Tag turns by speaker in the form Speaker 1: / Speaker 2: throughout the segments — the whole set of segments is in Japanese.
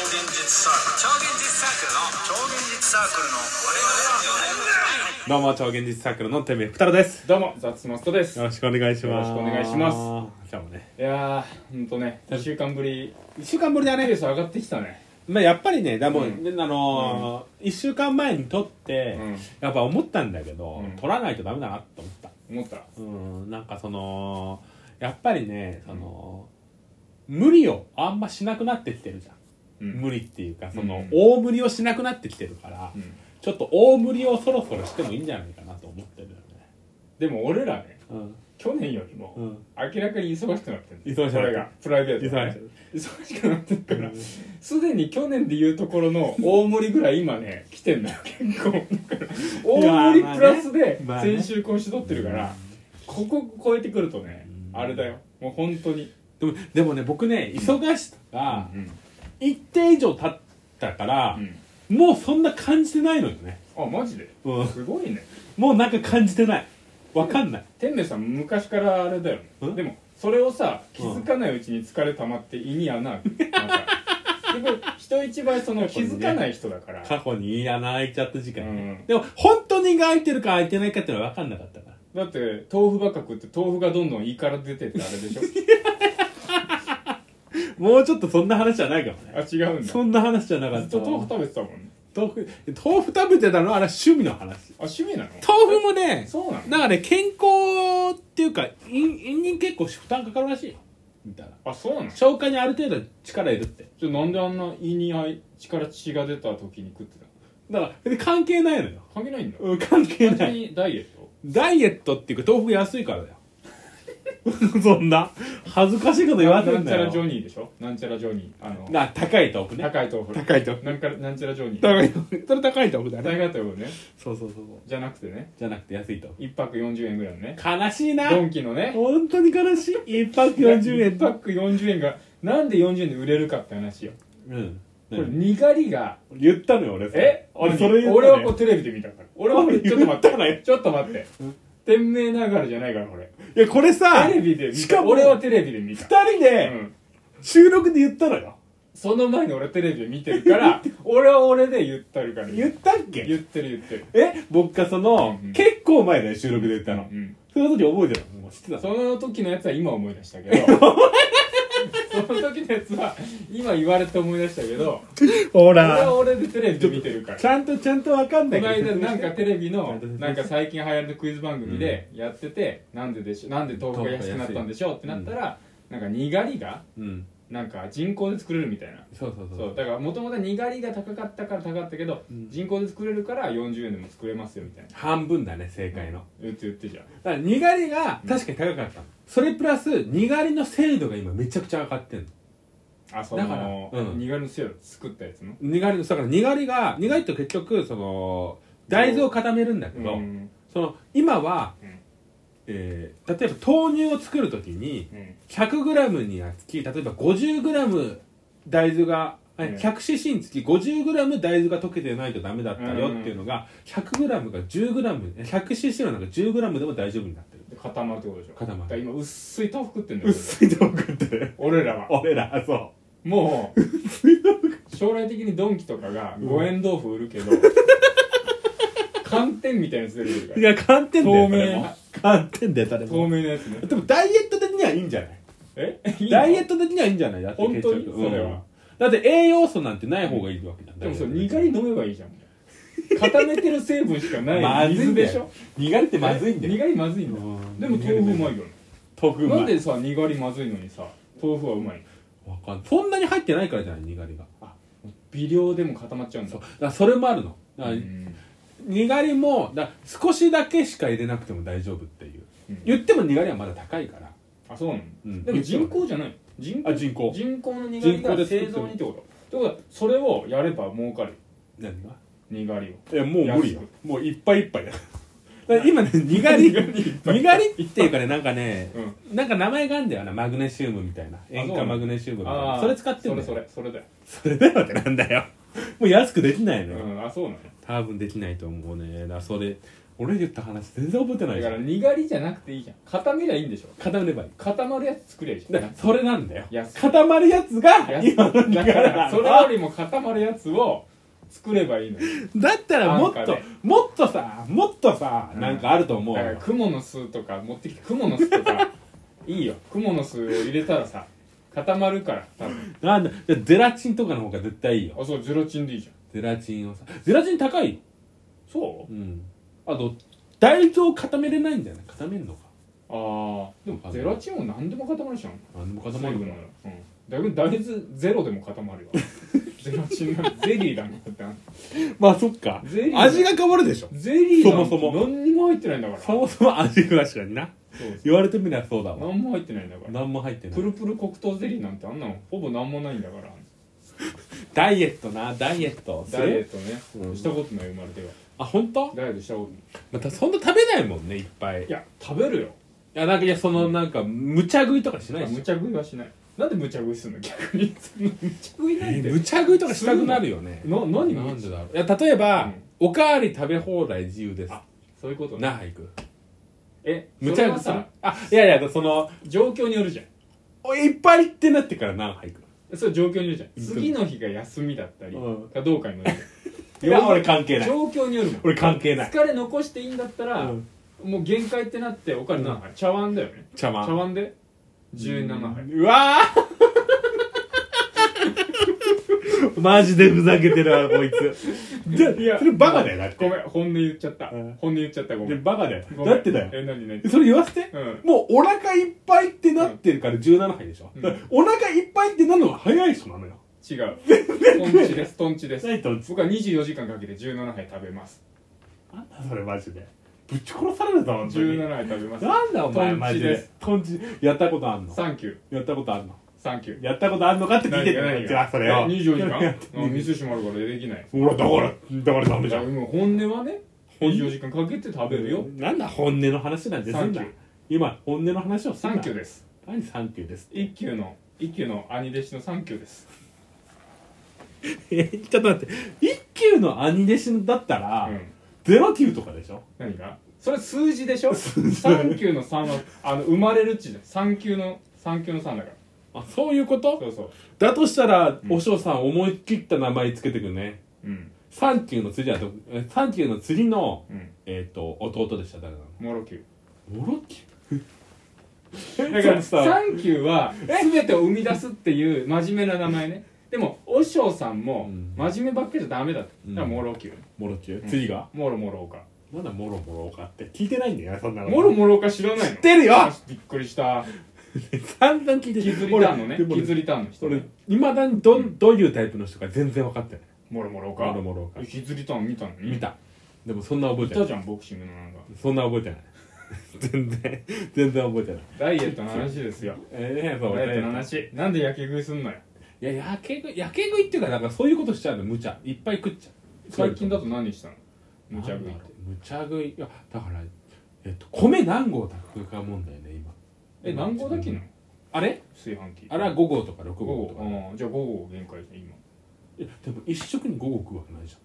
Speaker 1: サークル超現実サークルの超現実サークルの我々は
Speaker 2: どうも超現実サークルのてめえふたろです
Speaker 3: どうも、ザッツマストです。
Speaker 2: よろしくお願いします
Speaker 3: よろしくお願いします
Speaker 2: 今日もね
Speaker 3: いやー、ほんとね、1週間ぶり、
Speaker 2: 1週間ぶりだ
Speaker 3: ペ
Speaker 2: ね
Speaker 3: ース上がってきたね。
Speaker 2: まあやっぱりねだもう、
Speaker 3: う
Speaker 2: あのー1週間前に撮って、
Speaker 3: うん
Speaker 2: やっぱ思ったんだけど、
Speaker 3: うん
Speaker 2: 撮らないとダメだなと思った
Speaker 3: 思った。
Speaker 2: うんなんかそのやっぱりねその、無理をあんましなくなってきてるじゃん
Speaker 3: うん
Speaker 2: 無理っていうかその、
Speaker 3: うん
Speaker 2: 大無理をしなくなってきてるから、
Speaker 3: うん
Speaker 2: ちょっと大無理をそろそろしてもいいんじゃないかなと思ってるよね
Speaker 3: でも俺らね、
Speaker 2: うん
Speaker 3: 去年よりも、
Speaker 2: うん
Speaker 3: 明らかに忙しくなってるんです
Speaker 2: 忙しくなってる
Speaker 3: これが、プライベートがね、忙しくなってるから、すでに去年で言うところの大盛りぐらい今ね、来てんだよ、結構。だから大盛りプラスで、
Speaker 2: まあね
Speaker 3: 先週今週撮ってるから、ここ超えてくるとね
Speaker 2: う、ん
Speaker 3: あれだよ、もう本当に。
Speaker 2: でもでもね僕ね忙しさが
Speaker 3: うん
Speaker 2: 一定以上経ったから、もうそんな感じてないのよね、
Speaker 3: あ、マジで
Speaker 2: うん、
Speaker 3: すごいね。
Speaker 2: もうなんか感じてないわかんない
Speaker 3: 天明さん昔からあれだよ
Speaker 2: ん
Speaker 3: でもそれをさ気づかないうちに疲れ溜まって胃 に穴開くなんか結構人一倍その気づかない人だから
Speaker 2: 過去に穴開いちゃった時間、
Speaker 3: うん
Speaker 2: でも本当に胃が開いてるか開いてないかっていうのは分かんなかったから
Speaker 3: だって豆腐ばっか食って豆腐がどんどん胃から出てってあれで しょ
Speaker 2: もうちょっとそんな話じゃないかもね
Speaker 3: あ違うんだず
Speaker 2: そんな話じゃなかった
Speaker 3: っと豆腐食べてたもんね
Speaker 2: 豆腐豆腐食べてたのはあれは趣味の話
Speaker 3: あ趣味なの
Speaker 2: 豆腐もね
Speaker 3: そうなの
Speaker 2: だからね健康っていうか胃胃に結構負担かかるらしいよみたいな
Speaker 3: あそうなの
Speaker 2: 消化にある程度力いるって
Speaker 3: じゃあなんであんな胃にあい血から血が出た時に食ってたの
Speaker 2: だからで関係ないのよ、
Speaker 3: 関係ないんだ
Speaker 2: うん、関係
Speaker 3: 完
Speaker 2: な
Speaker 3: 全
Speaker 2: い
Speaker 3: にダイエット
Speaker 2: ダイエットっていうか豆腐安いからだよ そんな恥ずかしいこと言わ
Speaker 3: な
Speaker 2: せん
Speaker 3: んち
Speaker 2: だ
Speaker 3: ゃ
Speaker 2: よ
Speaker 3: らジョニーでしょなんちゃらジョニーあの
Speaker 2: な高い豆腐ね
Speaker 3: 高い豆腐
Speaker 2: 高い豆腐
Speaker 3: なんかなんちゃらジョニー
Speaker 2: 高い豆腐それ高い豆腐だ
Speaker 3: 大
Speaker 2: ね
Speaker 3: 学だよね
Speaker 2: そうそうそうそう
Speaker 3: じゃなくてね
Speaker 2: じゃなくて安い豆
Speaker 3: 一泊40円ぐらいのね
Speaker 2: 腐悲しいな
Speaker 3: ドンキのね
Speaker 2: 本当に悲しい一泊40円
Speaker 3: 一泊40円がなんで40円で売れるかって話よ
Speaker 2: うん
Speaker 3: これにがりが
Speaker 2: 言ったのよ俺それ
Speaker 3: え
Speaker 2: 俺それ言ったのよ
Speaker 3: 俺はこうテレビで見たから俺はこれ
Speaker 2: 俺
Speaker 3: ちょっと待
Speaker 2: 言ったの
Speaker 3: っ
Speaker 2: よ
Speaker 3: てちょっと待って天命ながらじゃないからこれ
Speaker 2: いやこれさ
Speaker 3: テレビで見た
Speaker 2: しかも
Speaker 3: 俺はテレビで見た、
Speaker 2: 2人
Speaker 3: う
Speaker 2: で
Speaker 3: ん、
Speaker 2: 収録で言ったのよ
Speaker 3: その前に俺テレビで見てるから 俺は俺で言ってるから
Speaker 2: 言ったっけ
Speaker 3: 言ってる言ってる
Speaker 2: え僕がその
Speaker 3: うんうん
Speaker 2: 結構前だよ収録で言ったの
Speaker 3: うん
Speaker 2: その時覚えてたのもう知ってたの
Speaker 3: その時のやつは今思い出し たけどその時のやつは今言われて思い出したけど
Speaker 2: ほ
Speaker 3: 俺は俺でテレビで見てるから
Speaker 2: ちゃんとちゃんとわかん
Speaker 3: こ
Speaker 2: な
Speaker 3: の
Speaker 2: いけ
Speaker 3: 間
Speaker 2: ど
Speaker 3: なんかテレビの
Speaker 2: ちゃんと
Speaker 3: なんか最近流行るクイズ番組でやってて、なんででしょなんで豆腐が安くなったんでしょうってなったら、なんかにがりが
Speaker 2: うん
Speaker 3: なんか人工で作れるみたいな
Speaker 2: そうそうそ
Speaker 3: そううだからもともとにがりが高かったから高かったけど、
Speaker 2: うん
Speaker 3: 人工で作れるから40円でも作れますよみたいな
Speaker 2: 半分だね正解の
Speaker 3: 言って言ってじゃん
Speaker 2: だからにがりが確かに高かったのそれプラスにがりの精度が今めちゃくちゃ上がってんの
Speaker 3: あそ
Speaker 2: だからう
Speaker 3: の
Speaker 2: ん
Speaker 3: にがりのせいを作ったやつの
Speaker 2: にがりのだからにがりがにがりって結局その大豆を固めるんだけど、
Speaker 3: うん
Speaker 2: その今は、
Speaker 3: うん
Speaker 2: えー例えば豆乳を作るときに
Speaker 3: うん、
Speaker 2: 100g につき例えば 50g 大豆があ
Speaker 3: うん
Speaker 2: 100cc につき 50g 大豆が溶けてないとダメだったよっていうのが 100g が 10g100cc の中 10g でも大丈夫になってる
Speaker 3: で固まるってことでしょ
Speaker 2: 固まる
Speaker 3: だから今薄い豆腐食ってんだよ
Speaker 2: 薄い豆腐ってる
Speaker 3: 俺らは
Speaker 2: 俺らそ
Speaker 3: も う将来的にドンキとかが五円豆腐売るけど、寒天みたいなやつ出てくるか
Speaker 2: うい
Speaker 3: ら
Speaker 2: や寒天だよ
Speaker 3: 透明
Speaker 2: それも寒天だよ誰
Speaker 3: 透
Speaker 2: も
Speaker 3: 明なやつね
Speaker 2: でもダイエット的にはいいんじゃない
Speaker 3: え
Speaker 2: ダイエ
Speaker 3: ッ
Speaker 2: ット的にはいいんじゃないだって
Speaker 3: 本当に
Speaker 2: 結局
Speaker 3: それ
Speaker 2: う
Speaker 3: は
Speaker 2: んだって栄養素なんてない方がいいわけじゃん
Speaker 3: でもそれ
Speaker 2: ダイエッ
Speaker 3: に
Speaker 2: ト
Speaker 3: がり飲めばいいじゃん固めてる成分しかな
Speaker 2: ま
Speaker 3: い
Speaker 2: ずい
Speaker 3: 水
Speaker 2: んだよ
Speaker 3: でしょ
Speaker 2: にがりってまずいんだ
Speaker 3: に
Speaker 2: よ
Speaker 3: がりまずいんだ
Speaker 2: うん
Speaker 3: でも豆腐うまいよね
Speaker 2: 豆腐うまい
Speaker 3: なんでさにがりまずいのにさ豆腐はうまいの
Speaker 2: わかんないそんなに入ってないからじゃないにがりが
Speaker 3: 微量でも固まっちゃうんだ
Speaker 2: そうだからそれもあるのだから
Speaker 3: うん
Speaker 2: にがりもだから少しだけしか入れなくても大丈夫っていう、
Speaker 3: うん
Speaker 2: 言ってもにがりはまだ高いから
Speaker 3: あそうなの、
Speaker 2: うん
Speaker 3: でも人工じゃないの人工
Speaker 2: あ人工
Speaker 3: 人工のにがり
Speaker 2: 人工で作
Speaker 3: が
Speaker 2: って
Speaker 3: 製
Speaker 2: る
Speaker 3: 造にってことってことはそれをやれば儲かる
Speaker 2: 何が
Speaker 3: にがりを
Speaker 2: いやもう無理よ
Speaker 3: 安
Speaker 2: もういっぱいいっぱいだ だから今ねにがりにがりっていうかねなんかね
Speaker 3: うん
Speaker 2: なんか名前があるんだよなマグネシウムみたいな塩化マグネシウムみたい
Speaker 3: あ
Speaker 2: な
Speaker 3: ー
Speaker 2: それ使って
Speaker 3: そ
Speaker 2: るんだ
Speaker 3: れ
Speaker 2: よ
Speaker 3: それそれだよ、
Speaker 2: それだよ ってなんだよもう安くできないの
Speaker 3: う
Speaker 2: よ、
Speaker 3: ん、あそうなの
Speaker 2: 多分できないと思うねだからそれ俺言った話全然覚えてない
Speaker 3: だ
Speaker 2: じ
Speaker 3: か
Speaker 2: ゃ
Speaker 3: ら
Speaker 2: ん
Speaker 3: にがりじゃなくていいじゃん固めりゃいいんでしょ
Speaker 2: 固めればいい
Speaker 3: 固まるやつ 作りゃいいじゃ
Speaker 2: だ
Speaker 3: ん
Speaker 2: からそれなんだよ
Speaker 3: いやそ
Speaker 2: 固まるやつが今の
Speaker 3: だからそれよりも固まるやつを作ればいいのよ
Speaker 2: だったらもっ
Speaker 3: なん
Speaker 2: と
Speaker 3: かね
Speaker 2: もっとさもっとさ
Speaker 3: うん
Speaker 2: なんかあると思う
Speaker 3: だから
Speaker 2: よ
Speaker 3: クモの巣とか持ってきてクモの巣とか いいよクモの巣を入れたらさ固まるから多分
Speaker 2: なんだじゃあゼラチンとかの方が絶対いいよ
Speaker 3: あそうゼラチンでいいじゃん
Speaker 2: ゼラチンをさゼラチン高いよ
Speaker 3: そう
Speaker 2: うんあと大豆を固めれないんじゃない固めんのか
Speaker 3: ああでもゼラチンも何でも固まるじゃん
Speaker 2: 何でも固まる
Speaker 3: 水
Speaker 2: から
Speaker 3: 分ならうんだけど大豆ゼロでも固 まるよゼラチンなんてゼリーだもんだって
Speaker 2: まあそっか
Speaker 3: ゼリー
Speaker 2: 味が変わるでしょ
Speaker 3: ゼリーなん
Speaker 2: そ
Speaker 3: て
Speaker 2: もそも
Speaker 3: 何にも入ってないんだから
Speaker 2: そもそも味が確かにな
Speaker 3: そう
Speaker 2: 言われてみりゃそうだわ
Speaker 3: 何も入ってないんだから
Speaker 2: 何も入ってない
Speaker 3: プルプル黒糖ゼリーなんてあんなのほぼ何もないんだから
Speaker 2: ダイエットなダイエット
Speaker 3: ダイエッ
Speaker 2: ト
Speaker 3: トね、
Speaker 2: うん
Speaker 3: したことない生まれては
Speaker 2: あ本当？
Speaker 3: ダイエットしたことない
Speaker 2: またそんな食べないもんねいっぱいい
Speaker 3: いや食べるよ
Speaker 2: やなんかいやそのなんか無茶食いとかしないし
Speaker 3: 無茶食いはしないなんで無茶食いするの逆にその無茶食いなんて、
Speaker 2: 無茶食いとかしたくなるよね
Speaker 3: な何
Speaker 2: なんでだろういや例えば、
Speaker 3: うん
Speaker 2: おかわり食べ放題自由です
Speaker 3: あそういうことね
Speaker 2: なあ行く
Speaker 3: え
Speaker 2: 無
Speaker 3: 無
Speaker 2: 茶
Speaker 3: 茶
Speaker 2: 食い
Speaker 3: 食い
Speaker 2: する
Speaker 3: さ
Speaker 2: あいやいやその
Speaker 3: 状況によるじゃん
Speaker 2: おいっぱいってなってからなあ行く
Speaker 3: それ状況によるじゃん次の日が休みだったり
Speaker 2: うん
Speaker 3: かどうかによる
Speaker 2: いや俺関係ない
Speaker 3: 状況によるもん
Speaker 2: 俺関係ない
Speaker 3: 疲れ残していいんだったら、
Speaker 2: うん
Speaker 3: もう限界ってなってお金何杯、茶碗だよね
Speaker 2: 茶
Speaker 3: 茶
Speaker 2: 碗
Speaker 3: 碗で17杯
Speaker 2: うわー マジでふざけてるわこいつじゃ
Speaker 3: いや
Speaker 2: それバカだよだっ
Speaker 3: ご
Speaker 2: て
Speaker 3: めん本音言っちゃった、
Speaker 2: うん
Speaker 3: 本音言っちゃったごめ
Speaker 2: で
Speaker 3: ん
Speaker 2: バカだよ
Speaker 3: ごめん
Speaker 2: だってだよ
Speaker 3: え何何
Speaker 2: それ言わせて
Speaker 3: うん
Speaker 2: もうお腹いっぱいってなってるから17杯でしょ、
Speaker 3: うん
Speaker 2: だからお腹いっぱいってなるのが早い人なのよ
Speaker 3: 違うトンチですトンチです
Speaker 2: ないと思う
Speaker 3: 僕は24時間かけて17杯食べます
Speaker 2: なんだそれマジでぶち殺されるぞ本当に
Speaker 3: 17杯食べます
Speaker 2: なんだお前
Speaker 3: トンチ
Speaker 2: マジ
Speaker 3: で
Speaker 2: ですとんちやったことあんの
Speaker 3: サンキュー
Speaker 2: やったことあんの
Speaker 3: サンキュー
Speaker 2: やったことあんのかって聞いてる
Speaker 3: 何が何
Speaker 2: じゃ
Speaker 3: が
Speaker 2: あそれを
Speaker 3: え24時
Speaker 2: やっ
Speaker 3: 間
Speaker 2: て
Speaker 3: うんミスしもあるからできない
Speaker 2: ほらだからだからダメじゃん
Speaker 3: もう本音はね24時間かけて食べるよ
Speaker 2: なんだ本音の話なんてす
Speaker 3: サ
Speaker 2: ん
Speaker 3: ンキ
Speaker 2: だ
Speaker 3: ュー
Speaker 2: 今本音の話をすん
Speaker 3: サ
Speaker 2: だ
Speaker 3: ンキューです
Speaker 2: 何サンキューですって
Speaker 3: 一級の一級の兄弟子のサンキューです
Speaker 2: えちょっと待って 一級の兄弟子だったら、
Speaker 3: うん
Speaker 2: ゼロ級とかでしょ
Speaker 3: 何がそれ数字でしょサンキューの3はあの生まれるっちじゃん三級の三級の3だから
Speaker 2: あそういうこと
Speaker 3: そうそう
Speaker 2: だとしたら、
Speaker 3: うん
Speaker 2: お嬢さん思い切った名前つけてくるね
Speaker 3: うん
Speaker 2: サンキューの釣りはどえサンキューの釣りの、
Speaker 3: うん
Speaker 2: えっと弟でした誰なの
Speaker 3: もろきゅう
Speaker 2: モロキュ
Speaker 3: だからサンキューは全てを生み出すっていう真面目な名前ねでも和尚さんも
Speaker 2: うん
Speaker 3: 真面目ばっかりじゃダメだって
Speaker 2: うん
Speaker 3: だからもろきゅう
Speaker 2: モロキュ釣りが、
Speaker 3: もろもろおか
Speaker 2: まだモロモロかって聞いてないんだよなそんなの
Speaker 3: もろもろおか知らないの
Speaker 2: 知ってるよ
Speaker 3: あびっくりした
Speaker 2: 散々聞いて
Speaker 3: 削りターンのね
Speaker 2: 俺でも
Speaker 3: 削りターンの人
Speaker 2: 俺
Speaker 3: ね
Speaker 2: いまだにど,、ん、どういうタイプの人か全然分かってない
Speaker 3: もろもろおか
Speaker 2: モロモロか
Speaker 3: 削りターン見たの
Speaker 2: 見たでもそんな覚え
Speaker 3: 見
Speaker 2: てな
Speaker 3: た
Speaker 2: い
Speaker 3: じゃんボクシングのなんか
Speaker 2: そんな覚えてない 全然全然覚えてない
Speaker 3: ダイエットの話ですよ
Speaker 2: ええ
Speaker 3: ダ
Speaker 2: そう
Speaker 3: イエットの話なんで焼き食いすんのよ
Speaker 2: いや、やけ食い、やけ食いっていうか、なんかそういうことしちゃうの、無茶。いっぱい食っちゃう。
Speaker 3: 最近だと何したの無茶食い
Speaker 2: なんだ
Speaker 3: って
Speaker 2: ろう無茶食い。いや、だから、えっと、米何合炊くか問題ね、今。
Speaker 3: え何合だけの
Speaker 2: あれ
Speaker 3: 炊飯器
Speaker 2: あれは5合とか6
Speaker 3: 午
Speaker 2: 合と
Speaker 3: 後
Speaker 2: か。
Speaker 3: うんじゃあ午合限界じゃん今
Speaker 2: いやでも、一食に5合食うわけないじ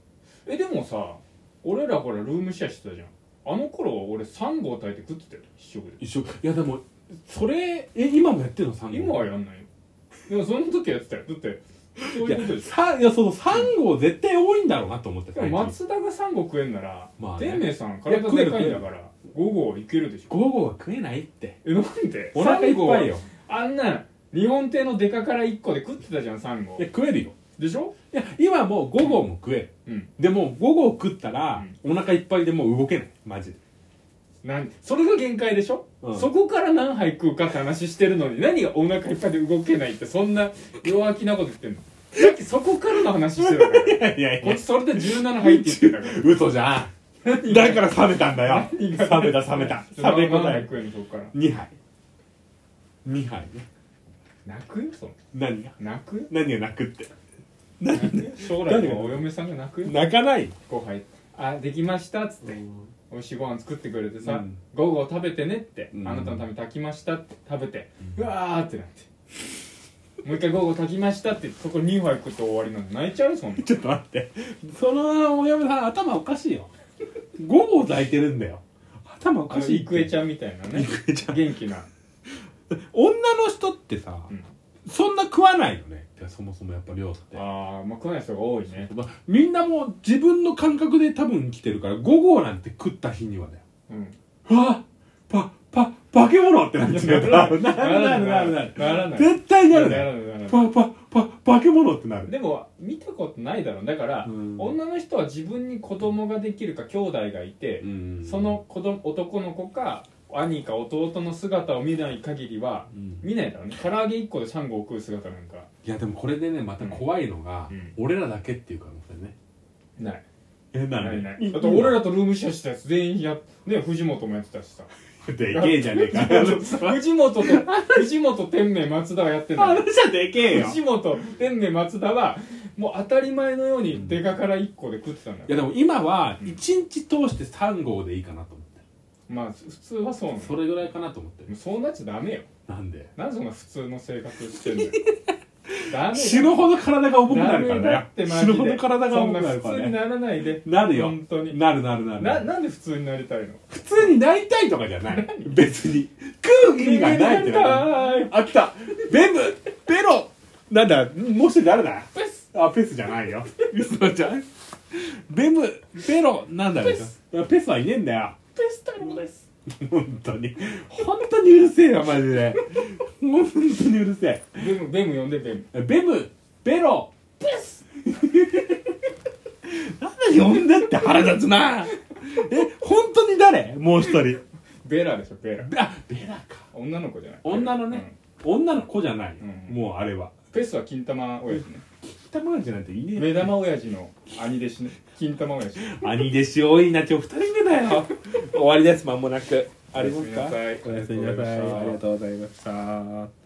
Speaker 3: えでもさ俺らほらルームシェアしてたじゃんあの頃は俺3合炊いて食ってたよ一食で
Speaker 2: ゃん。一食。いや、でも、それ、え、今もやってるの ?3 合。
Speaker 3: 今はやんないよでもその時はやってたよだって
Speaker 2: い
Speaker 3: そういう
Speaker 2: や
Speaker 3: ことでしょ
Speaker 2: さいやその3合絶対多いんだろうなと思って
Speaker 3: でも
Speaker 2: 5
Speaker 3: 松田が3合食えんなら
Speaker 2: まあね
Speaker 3: 天明さん体でかいんだから午合いけるでしょ
Speaker 2: 合は食えないって
Speaker 3: えなんで
Speaker 2: お腹いっぱいよ
Speaker 3: あんな日本亭のデカから1個で食ってたじゃん3合
Speaker 2: いや食えるよ
Speaker 3: でしょ
Speaker 2: いや今もう5合も食える
Speaker 3: うん
Speaker 2: でも午後食ったら、お腹いっぱいでもう動けないマジで
Speaker 3: なんそれが限界でしょ、
Speaker 2: うん
Speaker 3: そこから何杯食うかって話してるのに何がお腹いっぱいで動けないってそんな弱気なこと言ってんのさっきそこからの話して たから
Speaker 2: いや
Speaker 3: こっちそれで17杯って言ってたから
Speaker 2: 嘘じゃん だから冷めたんだよ
Speaker 3: 何
Speaker 2: 冷
Speaker 3: が
Speaker 2: めた冷 めた 冷め
Speaker 3: 何
Speaker 2: 答
Speaker 3: 杯
Speaker 2: え
Speaker 3: 食えんのそこから
Speaker 2: 2杯2杯ね
Speaker 3: 泣くよその
Speaker 2: 何が
Speaker 3: 泣くよ
Speaker 2: 何が泣くって
Speaker 3: 泣くよ将来のお嫁さんが泣くよ
Speaker 2: 泣かない
Speaker 3: 後輩あできましたっつって美味しいご飯作ってくれてさ、
Speaker 2: うん
Speaker 3: 午後食べてねって、
Speaker 2: うん
Speaker 3: あなたのために炊きましたって食べて、うわーってなってもう一回午後炊きましたってそこ2杯食って終わりなんで泣いちゃうよそんな
Speaker 2: ちょっと待ってそのお嫁さん頭おかしいよ5合抱いてるんだよ頭おかしい
Speaker 3: 郁恵ちゃんみたいなね
Speaker 2: 郁恵ちゃん
Speaker 3: 元気な
Speaker 2: 女の人ってさ、
Speaker 3: うん
Speaker 2: そんな食わないよねてかそもそもやっぱ量って
Speaker 3: ああまあ食わない人が多いね
Speaker 2: まあみんなもう自分の感覚で多分生きてるから5合なんて食った日にはだよ
Speaker 3: うん
Speaker 2: うわパパ化け物ってなっちゃう なるなるなるなる
Speaker 3: ならない
Speaker 2: 絶対なる
Speaker 3: な
Speaker 2: ね
Speaker 3: らないならない
Speaker 2: パパパ化け物ってなる
Speaker 3: でも見たことないだろうだから、
Speaker 2: うん
Speaker 3: 女の人は自分に子供ができるか兄弟がいて、
Speaker 2: うん
Speaker 3: その子供男の子か兄か弟の姿を見ない限りは
Speaker 2: うん
Speaker 3: 見ないだろうね唐揚げ1個でサンゴを食う姿なんか
Speaker 2: いやでもこれでねまた怖いのが、
Speaker 3: うん
Speaker 2: 俺らだけっていう可能性ね
Speaker 3: ない
Speaker 2: えな
Speaker 3: ないないだ
Speaker 2: だ
Speaker 3: って俺らとルームシェアしたやつ全員やね藤本もやってたし さ
Speaker 2: でけえじゃねえか
Speaker 3: 藤本と藤本天明松田はやって
Speaker 2: あ
Speaker 3: な
Speaker 2: の
Speaker 3: い
Speaker 2: 人でけえよ
Speaker 3: 藤本天明松田はもう当たり前のようにデカから1個で食ってたんだ
Speaker 2: いや
Speaker 3: よ、
Speaker 2: でも今は1日通して3号でいいかなと思って
Speaker 3: まあ普通はそうなの
Speaker 2: それぐらいかなと思って
Speaker 3: もうそうなっちゃダメよ
Speaker 2: なんで
Speaker 3: なぜそんな普通の生活してんだよダメだ
Speaker 2: 死ぬほど体が重くなるか
Speaker 3: ダメだ
Speaker 2: ら
Speaker 3: って
Speaker 2: ね
Speaker 3: マ
Speaker 2: 死
Speaker 3: ジで
Speaker 2: ぬほど体が
Speaker 3: そん
Speaker 2: 重
Speaker 3: な
Speaker 2: くなる
Speaker 3: 普
Speaker 2: か
Speaker 3: 通
Speaker 2: ら
Speaker 3: に
Speaker 2: ね
Speaker 3: ならないで
Speaker 2: なるよ
Speaker 3: 本当に
Speaker 2: なるなるなる
Speaker 3: ななんで普通になりたいの
Speaker 2: 普通になりたいとかじゃない別に食う意味がないってな
Speaker 3: ない
Speaker 2: あ来たベムベロなんだもう一人誰だ
Speaker 3: ペス
Speaker 2: あペスじゃないよ嘘じゃんベムベロなんだろう
Speaker 3: ペス
Speaker 2: ペスはいねえんだよ
Speaker 3: ペス太郎です
Speaker 2: 本当に本当にうるせえよマジで本当にうるせ
Speaker 3: ベムベム呼んでベム
Speaker 2: えベムベロ
Speaker 3: ペス
Speaker 2: なんで呼んでって腹立つな え本当に誰もう一人
Speaker 3: ベラでしょベラ
Speaker 2: あベラか
Speaker 3: 女の子じゃない
Speaker 2: 女のね、女の子じゃない、
Speaker 3: うん
Speaker 2: もうあれは
Speaker 3: うんペスは金玉親父ね
Speaker 2: 玉なんじゃないといねえ
Speaker 3: 目玉親父の兄弟子ね金玉親父
Speaker 2: 兄弟子多いな今日二人目だ よ終わりですまもなくありますか
Speaker 3: おやすみなさい
Speaker 2: おやすみなさいありがとうございました